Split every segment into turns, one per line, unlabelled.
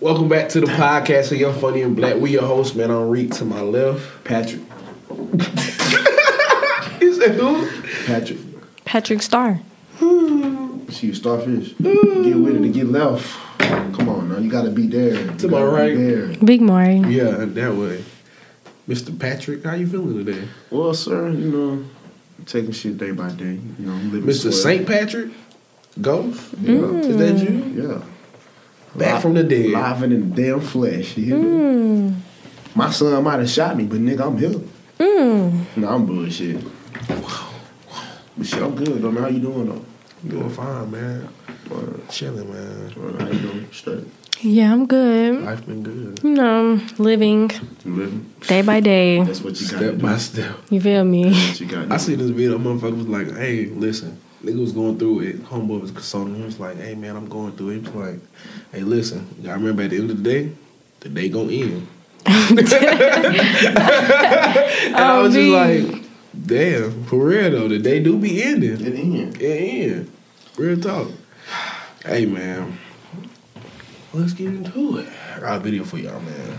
Welcome back to the podcast of Young Funny and Black. We your host, man. I'm Reek to my left.
Patrick.
He said who?
Patrick.
Patrick Starr.
See you starfish. Get with it to get left. Come on now. You gotta be there. You
To my
gotta be
right.
there.
Big Mari.
Yeah, that way. Mr. Patrick, how you feeling today?
Well, sir, you know, I'm taking shit day by day. You know, I'm living
Mr.
square.
St. Patrick? Ghost?
Yeah.
Is that you?
Yeah.
Back from the dead.
Live in the damn flesh. You hear me?
Hmm.
My son might have shot me, but nigga, I'm here. Nah, I'm bullshit. But shit, I'm good. though, man. how you doing though?
Doing fine, man.
Word,
Chilling, man.
word. How you doing? Straight.
Yeah, I'm good.
Life been good.
You know, living
You living?
day by day.
That's what you got.
Step by step.
You feel me?
What you got?
I see this video, motherfucker was like, hey, listen. Nigga was going through it. Homeboy was consoling him. He was like, hey, man, I'm going through it. He was like, hey, listen. I remember at the end of the day, the day gonna end. and I was just
Oh,
like, damn, for real though, the day do be ending.
Get in.
It end. Real talk. Hey, man. Let's get into it. I got a video for y'all, man.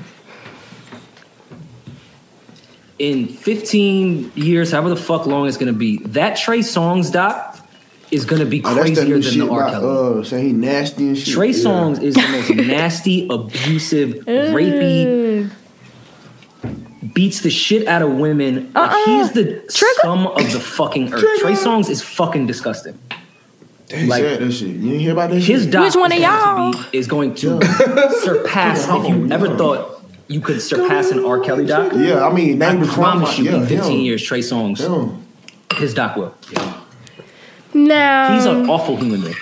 in 15 years, however the fuck long it's gonna be, that Trey Songs doc is gonna be
Oh, that's that
crazier
new
than
shit
the R.
about,
Kelly.
Uh, saying he nasty and shit.
Trey
Yeah.
Songs is the most nasty, abusive, rapey, beats the shit out of women. Like, he
Uh-uh.
is the
Trigger.
scum of the fucking earth.
Trigger.
Trey Songs is fucking disgusting.
He
like-
said that shit. You didn't hear about that
His
shit?
doc
Which one
is
of
going to be- is going to surpass if you
Yeah.
ever thought you could surpass an R. Kelly doc.
yeah, I mean, that
I
was
promise you,
yeah,
in 15
him.
years, Trey Songs,
Him.
his doc will.
Now,
He's an awful human being.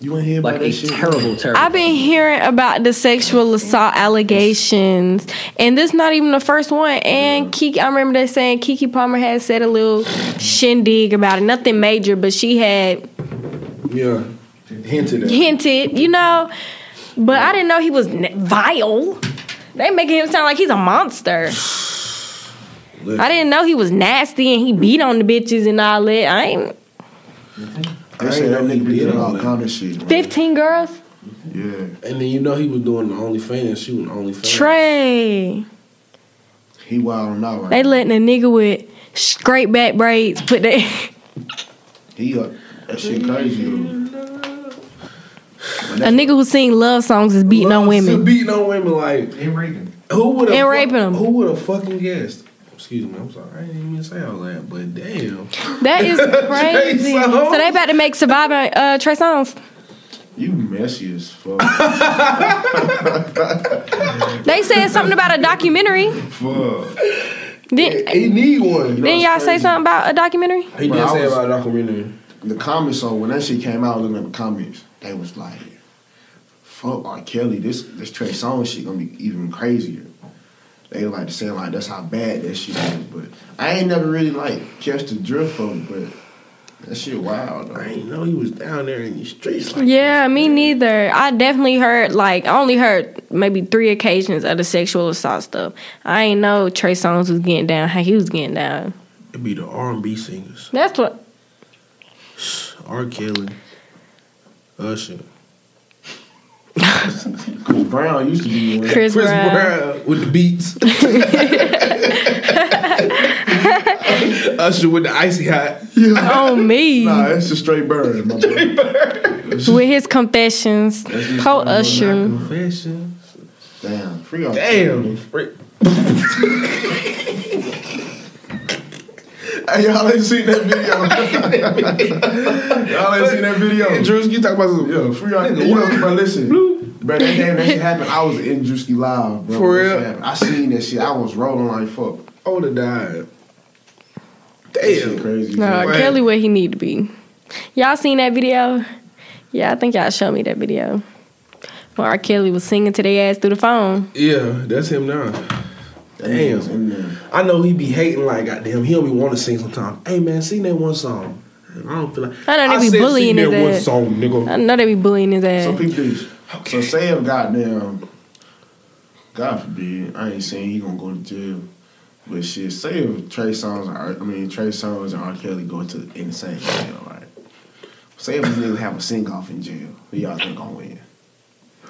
You ain't hear about
Like
that
a
shit?
terrible, terrible.
I've been hearing about the sexual assault allegations, and this not even the first one. And Kiki, I remember they saying Kiki Palmer had said a little shindig about it, nothing major, but she had
Yeah.
Hinted at.
hinted, you know. But I didn't know he was n- vile. They making him sound like he's a monster.
Look,
I didn't know he was nasty and he beat on the bitches and all that. I ain't
They
I
said
ain't
that
know he
nigga be
did
doing
all
all
that.
kind of shit. man.
fifteen girls.
Yeah.
And then you know he was doing the OnlyFans, shooting OnlyFans.
Trey,
He wilding out right
they
now.
letting a nigga with straight back braids put that.
He up. That shit crazy. though. But
A
that's-
nigga who sing love songs is beating on
Loves to
women.
Beating on women like
In Reagan.
Who would
And raping 'em.
Who would have fucking guessed? Excuse me, I'm sorry. I didn't even say all that, but damn.
That is crazy.
Trey Songz.
so they about to make Survivor uh, Trey Songs.
You messy as fuck.
They said something about a documentary.
fuck.
Then,
He need one.
then y'all say something about a documentary?
He
Bro,
did
I
say
was-
about documentary.
the comments on when that shit came out, looking at the comments, they was like, "Fuck R. Kelly, this this Trey Songz shit gonna be even crazier." They like to say like that's how bad that shit is, but I ain't never really like catch the drift of it, but that shit wild.
I
Though.
didn't know he was down there in these streets like
Yeah, me neither. I definitely heard like I only heard maybe three occasions of the sexual assault stuff. I ain't know Trey Songz was getting down how he was getting down.
it'd be the R and B singers.
That's what
R. Kelly. Usher.
Chris Brown used to be one.
Chris,
Chris
Brown.
Brown with the beats. Usher with the icy hot.
on me
Nah, that's just straight burn. My boy.
with his confessions. Po Usher.
Confession.
Damn, free R.
Damn. Freak.
Hey, y'all ain't seen that video. y'all ain't seen that video.
Drewski, you talk about some
Yo, free R. Kelly. You know, bro, listen. Bro, that damn that shit happened. I was in Drewski Live, bro.
For
when that shit
real?
happened. I seen that shit. I was rolling like fuck.
I would have died.
That shit
Damn.
crazy.
No,
bro.
Right.
Kelly where he need to be. Y'all seen that video? Yeah, I think y'all showed me that video. Where R. Kelly was singing to their ass through the phone.
Yeah, that's him now.
That nigga was
damn.
in there.
I know he be hating like goddamn. He don't be want to sing sometimes. Hey man, sing that one song. I don't feel like.
I know they be
said
bullying
sing that
his
one
ass.
song, nigga.
I know they be bullying his
So
ass.
peep this. So say if goddamn, God forbid, I ain't saying he gonna go to jail, but shit. Say if Trey Songz and R, I mean Trey Songz and R. Kelly go to in the same jail, right? Say if these niggas have a sing off in jail, who y'all think gonna win?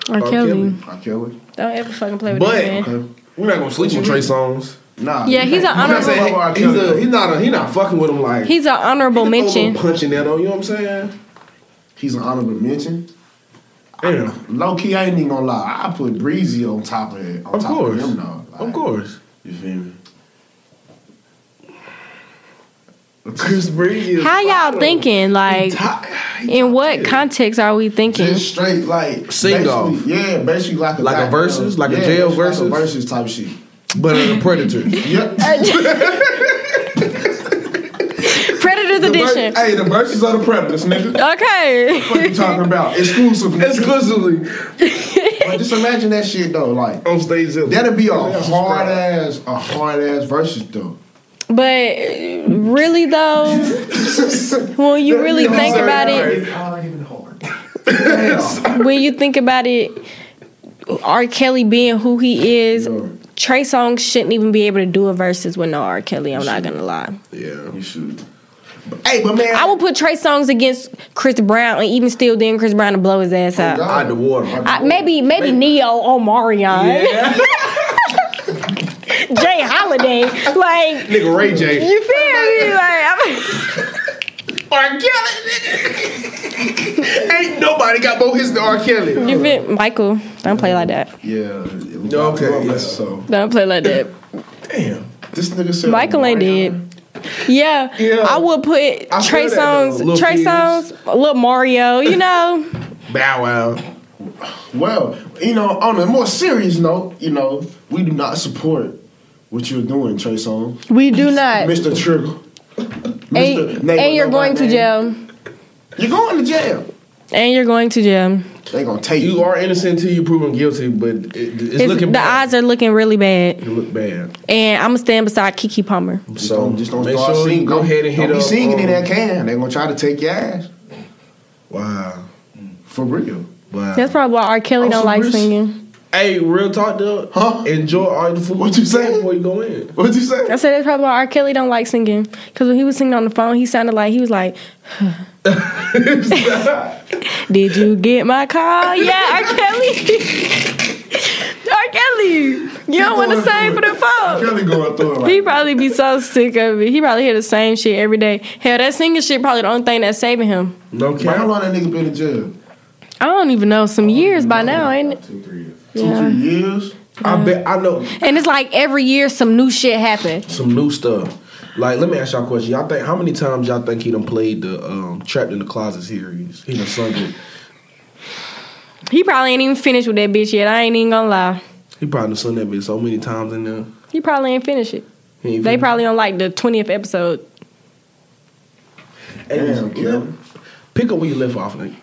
R. Kelly.
R. Kelly.
Don't ever fucking play with
But-
that man.
Okay.
We're not gonna sleep with Trey Songz.
Nah.
Yeah, he's an
I'm not
honorable.
saying he- he's a, he's not a, he not fucking with him like
He's an honorable
he can throw a little
mention.
punch in that on you know what I'm saying?
He's an honorable mention.
Damn,
Low key, I ain't even gonna lie. I put Breezy on top of it. On
of
top
course,
Of him, though. Like,
of course.
You feel me?
Chris Breezy. is
How y'all
fire.
thinking? Like,
Top-
in what context are we thinking?
Just straight like
Sing
basically-
off.
Yeah, basically like a
Like a
goddamn-
versus? Like a
yeah,
jail
basically like a
versus?
versus type shit.
But uh, the Predators.
Yep.
Predators
The ver-
edition.
hey, the verses are the predators, nigga.
Okay.
What you talking about? Exclusive. nigga.
Exclusively
But just imagine that shit though. Like
on stage. Zilla.
that'd be a
Yeah,
hard ass, a hard ass versus though.
But really though, when you really think about it,
It's already been hard.
Damn.
when you think about it, R. Kelly being who he is, Trey Songz shouldn't even be able to do a versus with no R. Kelly. I'm not gonna lie.
Yeah.
You shoot. Hey, but man,
I would put Trey Songz against Chris Brown, and even still, then Chris Brown to blow his ass
God.
out.
Out the water.
I, maybe, maybe Neo or Marion,
Yeah.
Jay Holiday, like
Nigga Ray J.
you feel me? Like I'm,
R. Kelly, nigga. Ain't nobody got more hits than R. Kelly.
you feel Michael? Don't play like that.
Yeah. it was
No, okay,
like, well,
yeah.
So
Don't play like that.
Damn.
this nigga said
Michael ain't
Mario.
dead. Yeah,
Yeah.
I would put
I
Trey
feel that, though. Lil
Songz, Trey
Penis.
Songz, Lil Mario. You know,
Bow Wow.
Well, you know, on a more serious note, you know, we do not support what you're doing, Trey Song,
we do not.
Mr. Trigger. Mr.
And,
Name
and you're
of
going to
nobody name.
jail.
You're going to jail.
And you're going to jail.
They gonna take
You
you.
are innocent until you proven guilty, but it, it's,
It's,
looking
the
bad.
odds are looking really bad.
It look bad.
And I'm gonna stand beside Kiki Palmer.
Just
So
don't, just don't
make
start
sure
singing.
you go
Don't-
ahead and hit
don't be
up.
singing in
um,
that can. They gonna try to take your ass
Wow.
for real.
Wow.
That's probably why R. Kelly
I'm
don't
so
like
rich.
singing.
hey, real talk though.
Huh?
Enjoy all the food.
What you say?
before you go in?
What'd you say?
I said that's probably why R. Kelly don't like singing. Because when he was singing on the phone, he sounded like he was like, "Did you get my call? Yeah, R. Kelly." R. Kelly, you don't want to sing for the phone.
Kelly going through it.
He
Like,
probably be so sick of it. He probably hear the same shit every day. Hell, that singing shit probably the only thing that's saving him.
No
Man, how
cap.
long that nigga been in jail?
I don't even know. Some years by now, ain't it?
Two, three years.
Two,
Yeah.
three years.
I bet I know
And it's like every year some new shit happen.
some new stuff. Like, let me ask y'all a question. Y'all think how many times y'all think he done played the um, Trapped in the Closet series? He done sung it.
He probably ain't even finished with that bitch yet. I ain't even gonna lie.
He probably done sung that bitch so many times in there.
He probably ain't finished it.
He ain't
They
even-
probably on like the twentieth episode.
Hey,
Damn,
let-
Kelly.
Pick up where you left off, nigga.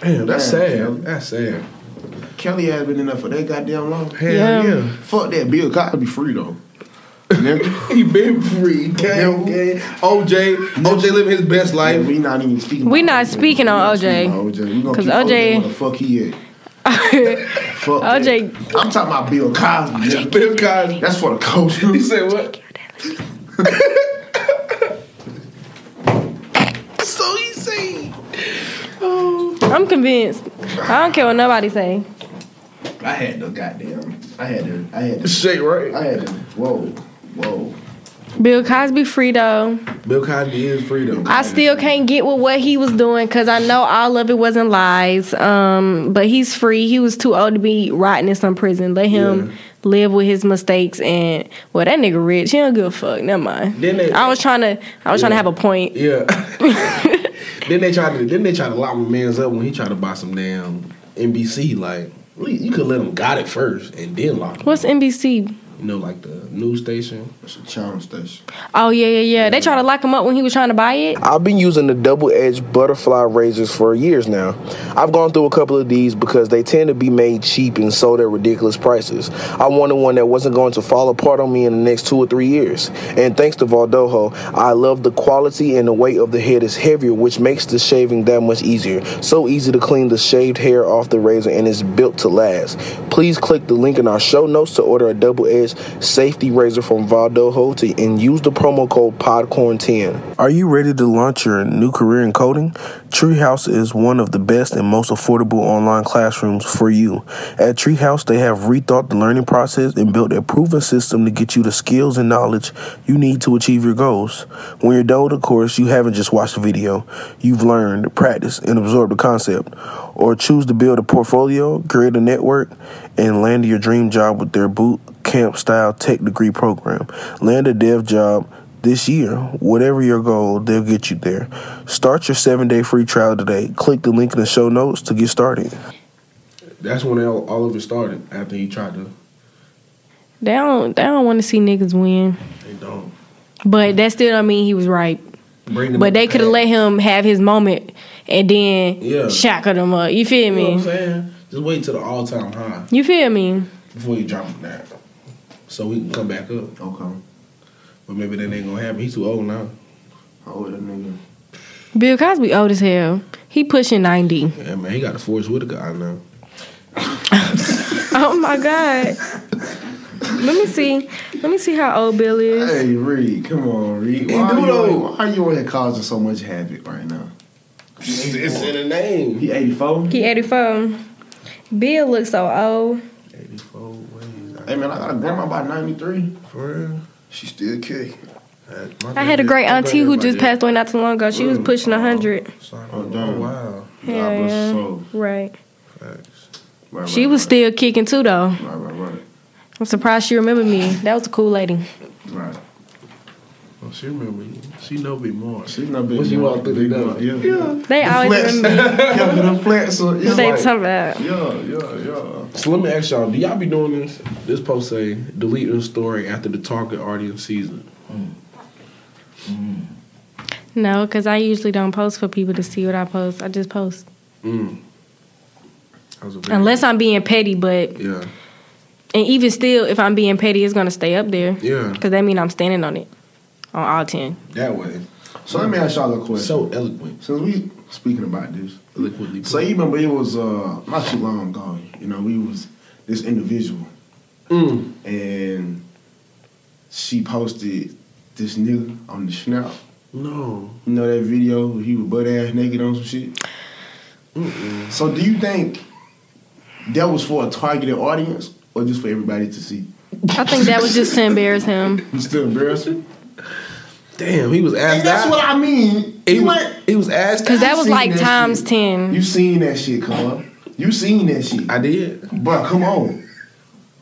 Damn, that's
Damn,
sad.
Kelly.
That's sad.
Kelly has been in there for that goddamn long.
Hell
Yeah.
yeah.
Fuck that. Bill Cosby free though. Nigga.
He been free. Cam, Cam. OJ. OJ living his best
Like,
life.
we not even speaking.
We
about
not speaking on
not
OJ.
speaking about OJ. We gonna
'Cause
keep
OJ
OJ. Where the fuck he at? Fuck
OJ.
that. I'm talking about Bill Cosby. nigga.
Bill Cosby.
That's for the
He
culture.
said what? so he say.
I'm convinced. I don't care what nobody say.
I had the goddamn. I had the. I had. The,
Shit,
I
right?
had the. Whoa, whoa.
Bill Cosby free though.
Bill Cosby is freedom.
I still can't get with what he was doing because I know all of it wasn't lies. Um, but he's free. He was too old to be rotting in some prison. Let him
Yeah.
live with his mistakes. And well, that nigga rich. He don't give a fuck. Never mind.
Then they-
I was trying to. I was trying to
Yeah.
have a point.
Yeah. then they tried to then they tried to lock my man's up when he tried to buy some damn NBC. Like at least you could let him got it first and then lock him.
What's NBC?
You know, like the news station.
That's a challenge station.
Oh yeah, yeah, yeah. They tried to lock him up when he was trying to buy it.
I've been using the double edged butterfly razors for years now. I've gone through a couple of these because they tend to be made cheap and sold at ridiculous prices. I wanted one that wasn't going to fall apart on me in the next two or three years. And thanks to Valdojo, I love the quality and the weight of the head is heavier, which makes the shaving that much easier. So easy to clean the shaved hair off the razor and it's built to last. Please click the link in our show notes to order a double edged slash safety razor from Valdojo to and use the promo code PODCORN10. Are you ready to launch your new career in coding? Treehouse is one of the best and most affordable online classrooms for you. At Treehouse, they have rethought the learning process and built a proven system to get you the skills and knowledge you need to achieve your goals. When you're done with a course, you haven't just watched a video. You've learned, practiced, and absorbed the concept. Or choose to build a portfolio, create a network, and land your dream job with their boot camp style tech degree program. Land a dev job this year. Whatever your goal, they'll get you there. Start your seven day free trial today. Click the link in the show notes to get started.
That's when all, all of it started. After he tried to,
They don't they don't want to see niggas win.
they don't
But that still don't mean he was right.
bring them.
But
up
they
to
could have
pass.
let him have his moment and then
Yeah.
shackle him up. You feel
You know what I'm
me?
saying? Just wait till the all time high
You feel me?
before you drop him down, so we can come back up.
Okay.
But maybe that ain't gonna happen. He's too old now.
How old that nigga?
Bill Cosby old as hell. He pushing ninety.
Yeah, man, he got the Forrest Whitaker eye now.
Oh my god. Let me see. Let me see how old Bill is.
Hey, Reed, come on, Reed.
He
Why,
do
are
though.
you, why are you on here causing so much havoc right now?
It's, it's in the name.
He 84?
He eighty four. Bill looks so old.
84 ways.
Hey, man, I got a grandma by 93.
For real?
She still kick.
I had a great auntie who just passed away not too long ago. She was pushing hundred.
Oh,
Oh, damn.
wow.
Yeah,
God bless
yeah.
her soul.
Right.
Facts.
Right,
She
right,
was
right.
still kicking too though.
Right, right, right.
I'm surprised she remembered me. That was a cool lady.
Right.
Well, she remember you. She know me more.
She's not big.
When she walked through the door.
Yeah. Yeah.
They always
Flex.
remember me.
yeah, with the flex. So, yeah,
They
like,
talking about.
yeah, yeah, yeah.
So let me ask y'all, do y'all be doing this? This post say, delete the story after the target audience sees it.
No, because I usually don't post for people to see what I post. I just post.
Mm. That was a very-
Unless I'm being petty, but
Yeah.
and even still, if I'm being petty, it's gonna stay up there.
Yeah.
Because that means I'm standing on it. On all ten.
That way.
So let me ask y'all a question.
So eloquent.
since we speaking about this,
Eloquently.
so you remember it was uh, not too long ago. You know, we was this individual
Mm.
and she posted this nigga on the schnapp.
No.
You know that video where he was butt ass naked on some shit? So do you think that was for a targeted audience or just for everybody to see?
I think that was just to embarrass him.
It's still embarrassing.
Damn, he was asked
And that's
out.
what I mean.
He
You
was,
ain't-
he was asked
Because that was
seen
like
that
times
shit.
ten.
You seen that shit, come on. You seen that shit.
I did.
Bro, come on.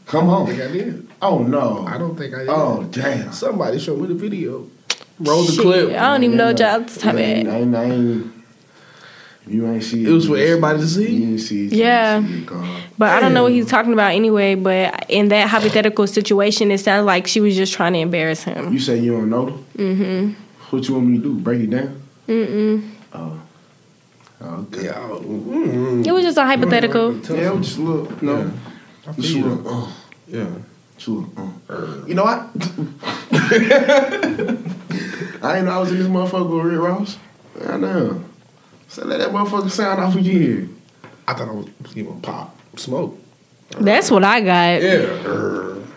Come
I think I
on.
did.
Oh no.
I don't think I did.
Oh damn.
Somebody showed me the video. Roll the
Shit,
clip.
I don't even know what y'all
I
talking
ain't, I
about.
ain't, I ain't, if you ain't see it.
It was for
you ain't
everybody
see
to
it.
see?
You ain't see it. you
Yeah.
ain't see it, God.
But I don't know what he's talking about anyway. But in that hypothetical situation, it sounded like she was just trying to embarrass him.
You say you don't know them? Mm-hmm. What you want me to do? Break it down? Mm-mm. Oh. Okay. Yeah,
Y'all, mm,
It was just a hypothetical.
it was just a little, no. Just a
feel Er.
little, uh,
Oh, yeah.
just a little, uh. You know what? I ain't know I was in this motherfucker with Rick Ross. I know. So let that motherfucker sound off again.
I thought I was giving pop smoke.
That's what I got.
Yeah.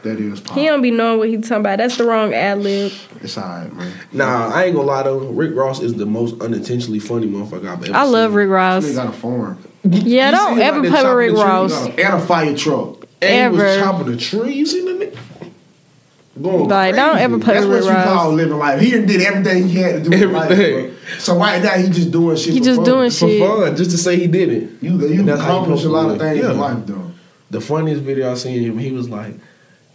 That is pop.
He don't be knowing what he talking about. That's the wrong ad lib.
It's alright, man.
Nah, I ain't gonna lie though. Rick Ross is the most unintentionally funny motherfucker I've ever
I love
seen.
Rick
They
Ross.
got a farm.
Yeah,
You
don't
seen
ever
like
play
the
with Rick
chocolate
Ross.
tree,
And a fire truck.
And he was
Ever.
chopping a tree. You seen the nigga? Going
Like, don't
crazy.
ever play
That's
with
what
Rick
you
Ross.
call living life. He done did everything he had to do in life.
Everything.
Bro. So right now he just doing shit.
He
for
just
fun.
doing
for
shit.
fun, just to say he did it.
You you
And that's how you
accomplish a
supposed
lot
to live.
of things in
Yeah.
life though.
The funniest video I seen him, he was like,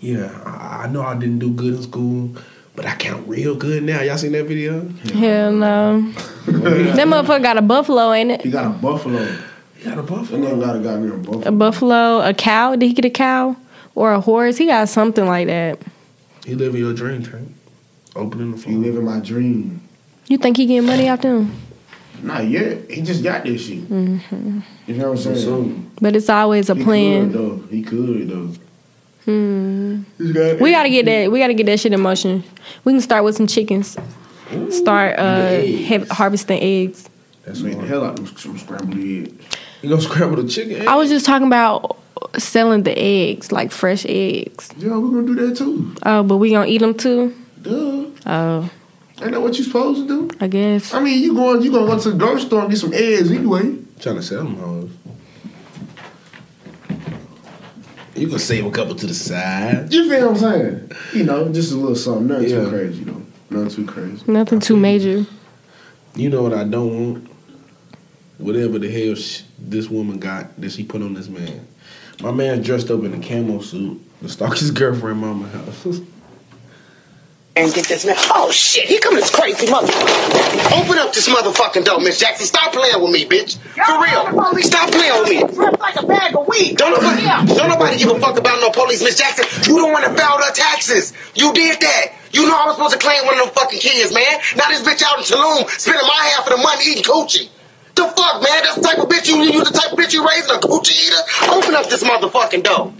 "Yeah, I, I know I didn't do good in school, but I count real good now." Y'all seen that video?
Hell no. that motherfucker got a buffalo, ain't it?
He got a buffalo.
He got a
That
buffalo.
nigga got a goddamn
A
buffalo.
buffalo, a cow. Did he get a cow? Or a horse? He got something like that.
He living your dream, Tank. Opening the
You
phone.
living my dream.
You think he getting money off them?
Not yet. He just got this shit.
Mm-hmm.
You know what I'm saying?
Soon.
But it's always a
he
plan.
could though. He could though.
Hmm.
He's got-
We gotta get that. We gotta get that shit in motion. We can start with some chickens. Start uh, hev- harvesting eggs.
That's
Make the
smart.
hell out of them scrambled eggs.
You gonna scramble the chicken?
I was just talking about selling the eggs, like fresh eggs.
Yeah, we're gonna do that too.
Oh, but we gonna eat them too?
Duh.
Oh,
Ain't that what you supposed to do?
I guess.
I mean, you going you gonna go to the grocery store and get some eggs anyway.
Trying to sell them hoes. You can save a couple to the side.
You feel what I'm saying? You know, just a little something, nothing
Yeah.
too crazy though. Nothing too crazy.
Nothing too major.
You know what I don't want? Whatever the hell sh- this woman got that she put on this man. My man dressed up in a camo suit to stalk his girlfriend mama house.
and get this man. Oh shit, here come this crazy motherfucker. Open up this motherfucking door, Miss Jackson. Stop playing with me, bitch. For real. Stop playing with me.
Ripped like a bag of weed.
Don't nobody, don't nobody give a fuck about no police, Miss Jackson. You don't want to file the taxes. You did that. You know I was supposed to claim one of them fucking kids, man. Now this bitch out in Tulum spending my half of the money eating coochie. The fuck, man? That's the type of bitch you you the type of bitch you raising a coochie eater? Open up this motherfucking door.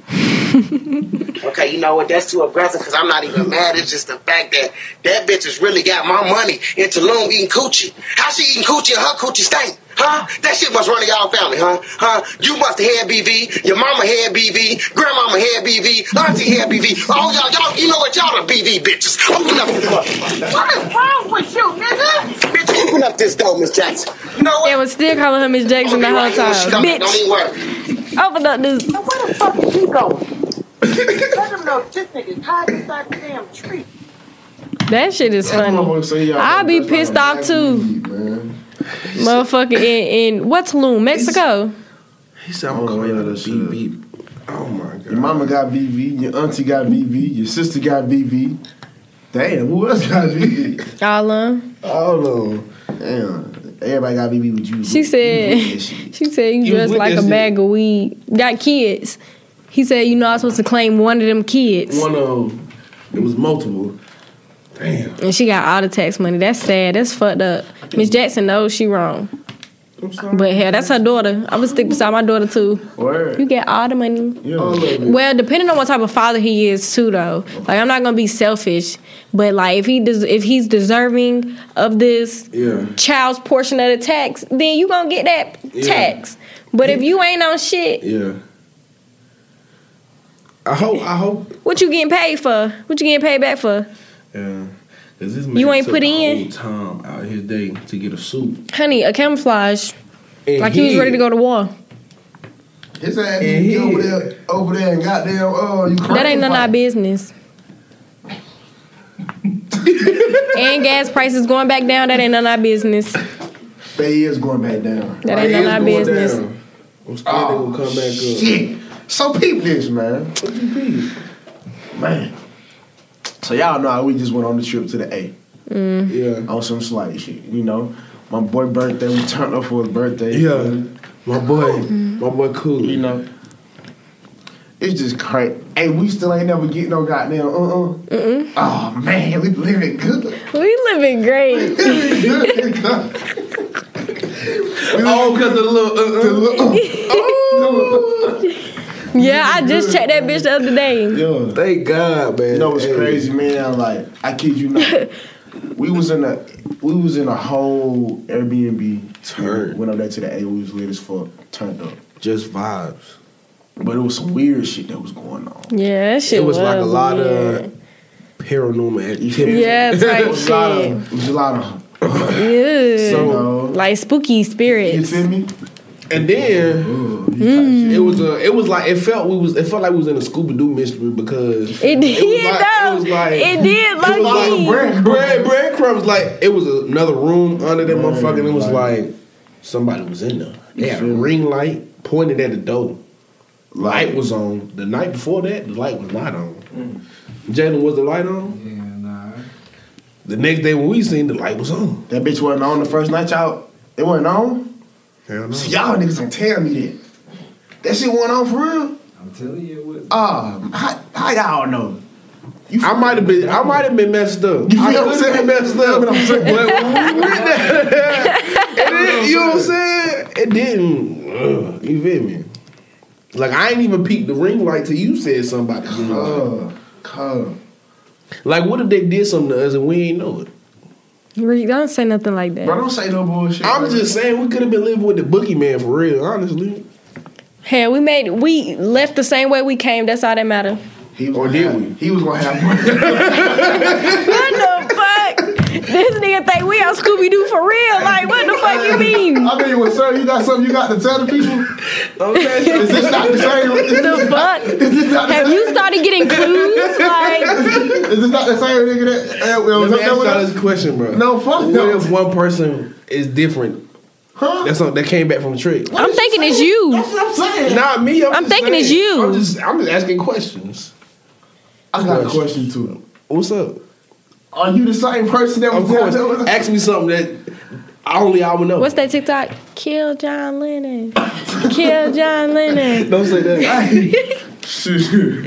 Okay, you know what? That's too aggressive because I'm not even mad. It's just the fact that that bitch has really got my money in Tulum eating coochie. How she eating coochie and her coochie stink? Huh? That shit must run in y'all family, huh? Huh? You must have had BV. Your mama had BV. Grandmama had BV. Auntie had BV. Oh, y'all, y'all, you know what? Y'all the BV bitches. Open up this motherfucker.
What is wrong with you, nigga?
Bitch, open up this door, Miss Jackson. You know what?
Yeah, but still calling her Miss Jackson the
I'ma be
whole
right here when
time.
she come back. Don't
Bitch,
even worry.
open up this.
Now where the fuck is he going? Let him know this nigga tied inside the damn tree.
That shit is funny. I be pissed off, too.
Man.
Motherfucker in, in what's Tulum, Mexico?
He said, I'm
Oh,
going
yeah,
to
that
beep
shit.
beep. Oh my
Your
god.
mama got BV, your auntie got BV, your sister got BV. Damn, who else got BV?
All um,
I don't know. Damn, everybody got BV with you.
She said- she said you
You
dress
with
like a
that shit.
bag of weed. Got kids. He said you know I'm supposed to claim one of them kids,
one of them. It was multiple.
Damn.
and she got all the tax money. That's sad. That's fucked up. Miss Jackson knows she wrong,
I'm sorry.
but hell, that's her daughter. I would stick beside my daughter too.
Word.
You get all the money.
Yeah. All of it.
Well, depending on what type of father he is too, though. Like I'm not gonna be selfish, but like if he des- if he's deserving of this
Yeah.
child's portion of the tax, then you gonna get that
Yeah.
tax. But if you ain't on shit,
Yeah. I hope, I hope.
what you getting paid for? What you getting paid back for?
Yeah. 'Cause this
You
man
ain't
took
put
the
in?
whole time out of his day to get a suit.
Honey, a camouflage.
And
Like he was ready to go to war.
His
And
ass be
he-
over there, over there, and goddamn, oh, you
That ain't none of our
crazy.
business. and gas prices going back down, that ain't none of our business.
They is going back down.
That ain't none of our
It's going
business.
down. I'm scared they gonna come back up.
Shit. So peep this, man. What you peep? Man. So y'all know how we just went on the trip to the A
Yeah.
on some slight shit, you know. My boy birthday, we turned up for his birthday.
Yeah. My boy.
Oh.
My boy cool.
You know. It's just crazy. Hey, we still ain't never get no goddamn uh uh. Mm-mm. Oh man, we living good.
We living great.
Living good.
Oh, because of the little uh, uh.
uh-uh.
Yeah, I just checked that bitch the other day.
Yeah.
Thank God, man.
You know what's
Hey.
crazy, man? Like I kid you not, we was in a we was in a whole Airbnb.
Turn.
Went up there to the A. We was lit as fuck, turned up.
Just vibes.
But it was some weird shit that was going on.
Yeah, that shit
It was like a lot
weird.
of paranormal activity.
Yeah,
It
type
was a lot of
shit.
it was a lot of
Yeah.
Oh.
you know.
like spooky
you
spirits.
feel me?
And then
Ooh, you type shit.
it was a, it was like it felt we was it felt like we was in a Scooby Doo mystery because
It did
was like-
though.
It was like
it did
it was
low key.
like bread, bread, breadcrumbs. Like it was another room under that
Right,
motherfucker. And it was
right.
like somebody was in there. They had a
feel me?
ring light pointed at the door.
Like
Light was on. The night before that, the light was not on.
Mm.
Jalen, was the light on?
Yeah, nah.
The next day when we seen, the light was on.
that bitch wasn't on the first night y'all. It wasn't on.
Hell
So y'all niggas don't tell me that. That shit went on for real.
I'm telling you what.
Ah, how, how y'all know? You
I might have been, I might have been messed up.
You
I
feel
could
what
have been messed up.
I'm saying? You feel what
But when we went there, it didn't- you know what I'm saying? It didn't. ugh, you feel me? Like I ain't even peeked the ring light till you said somebody. You know?
Uh, come.
Like what if they did something to us and we ain't know it?
Rick, don't say nothing like that.
Bro, don't say no bullshit.
I'm
bro.
just saying we could have been living with the boogeyman for real, honestly.
Hell, we made we left the same way we came. That's all that matter.
He
Oh,
or did we? He was gonna have money.
What the fuck? This nigga think we on Scooby Doo for real? Like, what the fuck you mean?
I tell you what, sir, you got something you got to tell the people.
Okay.
Is this not the same? Is
The
this,
fuck?
is this not the
Have
same?
you started getting clues? Like,
Is this not the same nigga that uh,
Let me ask
was up there
y'all
with us?
this question, bro.
No, fuck
What
no.
if one person is different?
Huh?
That's something that came back from the trick.
I'm thinking it's you.
That's what I'm saying.
Not me. I'm,
I'm
just
thinking it's
saying.
you.
I'm just, I'm just asking questions.
I got a question too.
What's up?
Are you the same person that
Of
was down
course.
there with us?
Ask me something that I only I would know.
What's that TikTok? Kill John Lennon. Kill John Lennon.
Don't say that.
Shit.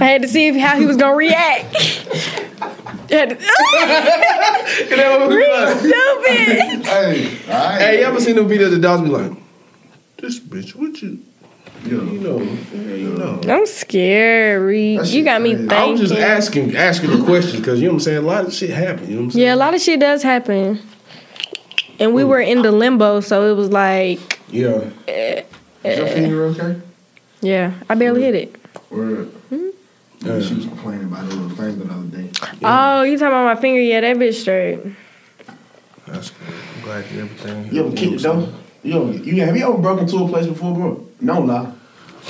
I had to see if, how he was gonna react. Had to- Stupid.
hey, all right.
hey, you ever seen the video that dogs be like, this bitch, what you, you know, you know.
I'm scary.
That
You got me
shit
thinking.
crazy.
I was just asking, asking the question because you know what I'm saying. A lot of shit happened. You know what I'm saying.
Yeah, a lot of shit does happen. And we were in the limbo, so it was like,
Yeah.
Is your finger okay?
yeah, I barely hit it.
Word.
Hmm?
Yeah, she was complaining about her little finger the other day.
Oh, you talking about my finger? Yeah, that bitch straight.
That's good. I'm glad that everything.
You ever kicked it though? You ever, you have you ever broke into a place before, bro? No lie.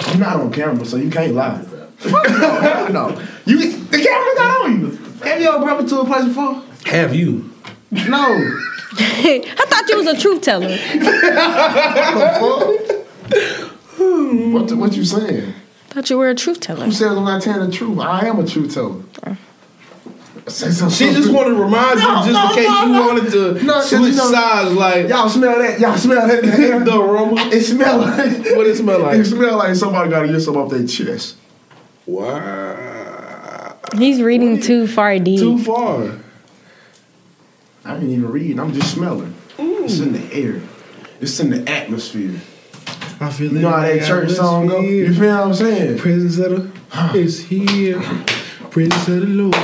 I'm not on camera, so you can't lie. no, no. You the camera got on you. Have you ever broke into a place before?
Have you?
No.
I thought you was a truth teller.
What the, what you saying?
Thought you were a truth teller.
Who says I'm not telling the truth? I am a truth teller. Say something.
She just wanted to remind
No,
you, just
no,
in case
no,
you
no.
wanted to
No, 'cause you
switch
know-
sides. Like
Y'all smell that? Y'all smell that? in the air?
the aroma.
It smell like
What it smell like?
It smell like somebody got to get something off their chest.
Wow.
He's reading too far deep.
Too far.
I didn't even read. I'm just smelling. It's in the air. It's in the atmosphere.
I feel
You know how that church song go? You feel what I'm saying?
Presence of the is here. Presence of the Lord.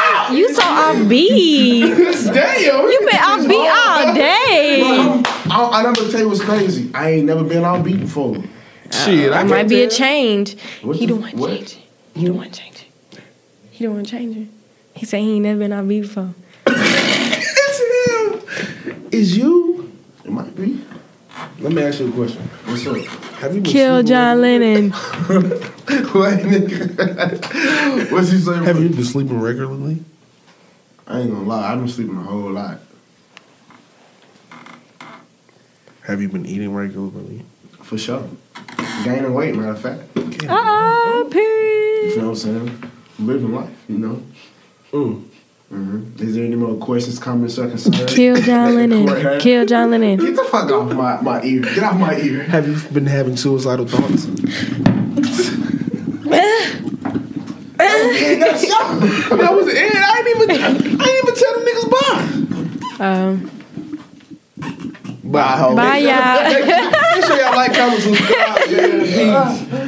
You so offbeat.
Damn.
You been offbeat all day.
Bro, I, I never tell you what's crazy. I ain't never been on beat before.
Shit, I
That
can't
might be a
tell.
change.
What
He
the-
don't want to
what?
change it. He don't want to change it. He don't want to change it. He said he ain't never been offbeat before.
It's him. Is you?
It might be.
Let me ask you a question.
What's up?
Have you been
Kill
sleeping
John
regular?
Lennon.
what nigga? What's he saying?
Have you been sleeping regularly?
I ain't gonna lie. I've been sleeping a whole lot.
Have you been eating regularly?
For sure. Gaining weight, matter of fact. You
Uh-uh, period.
feel what I'm saying? Living life, you know?
Mm.
hmm Is there any more questions, comments, or concerns?
Kill John Lennon. Kill John Lennon.
Get the fuck off my, my ear. Get off my ear.
Have you been having suicidal thoughts? that was it. I didn't even. I didn't even tell the niggas bye.
Um,
Bye, ho.
bye, y'all.
Make sure y'all like, comment, subscribe. Yeah, peace.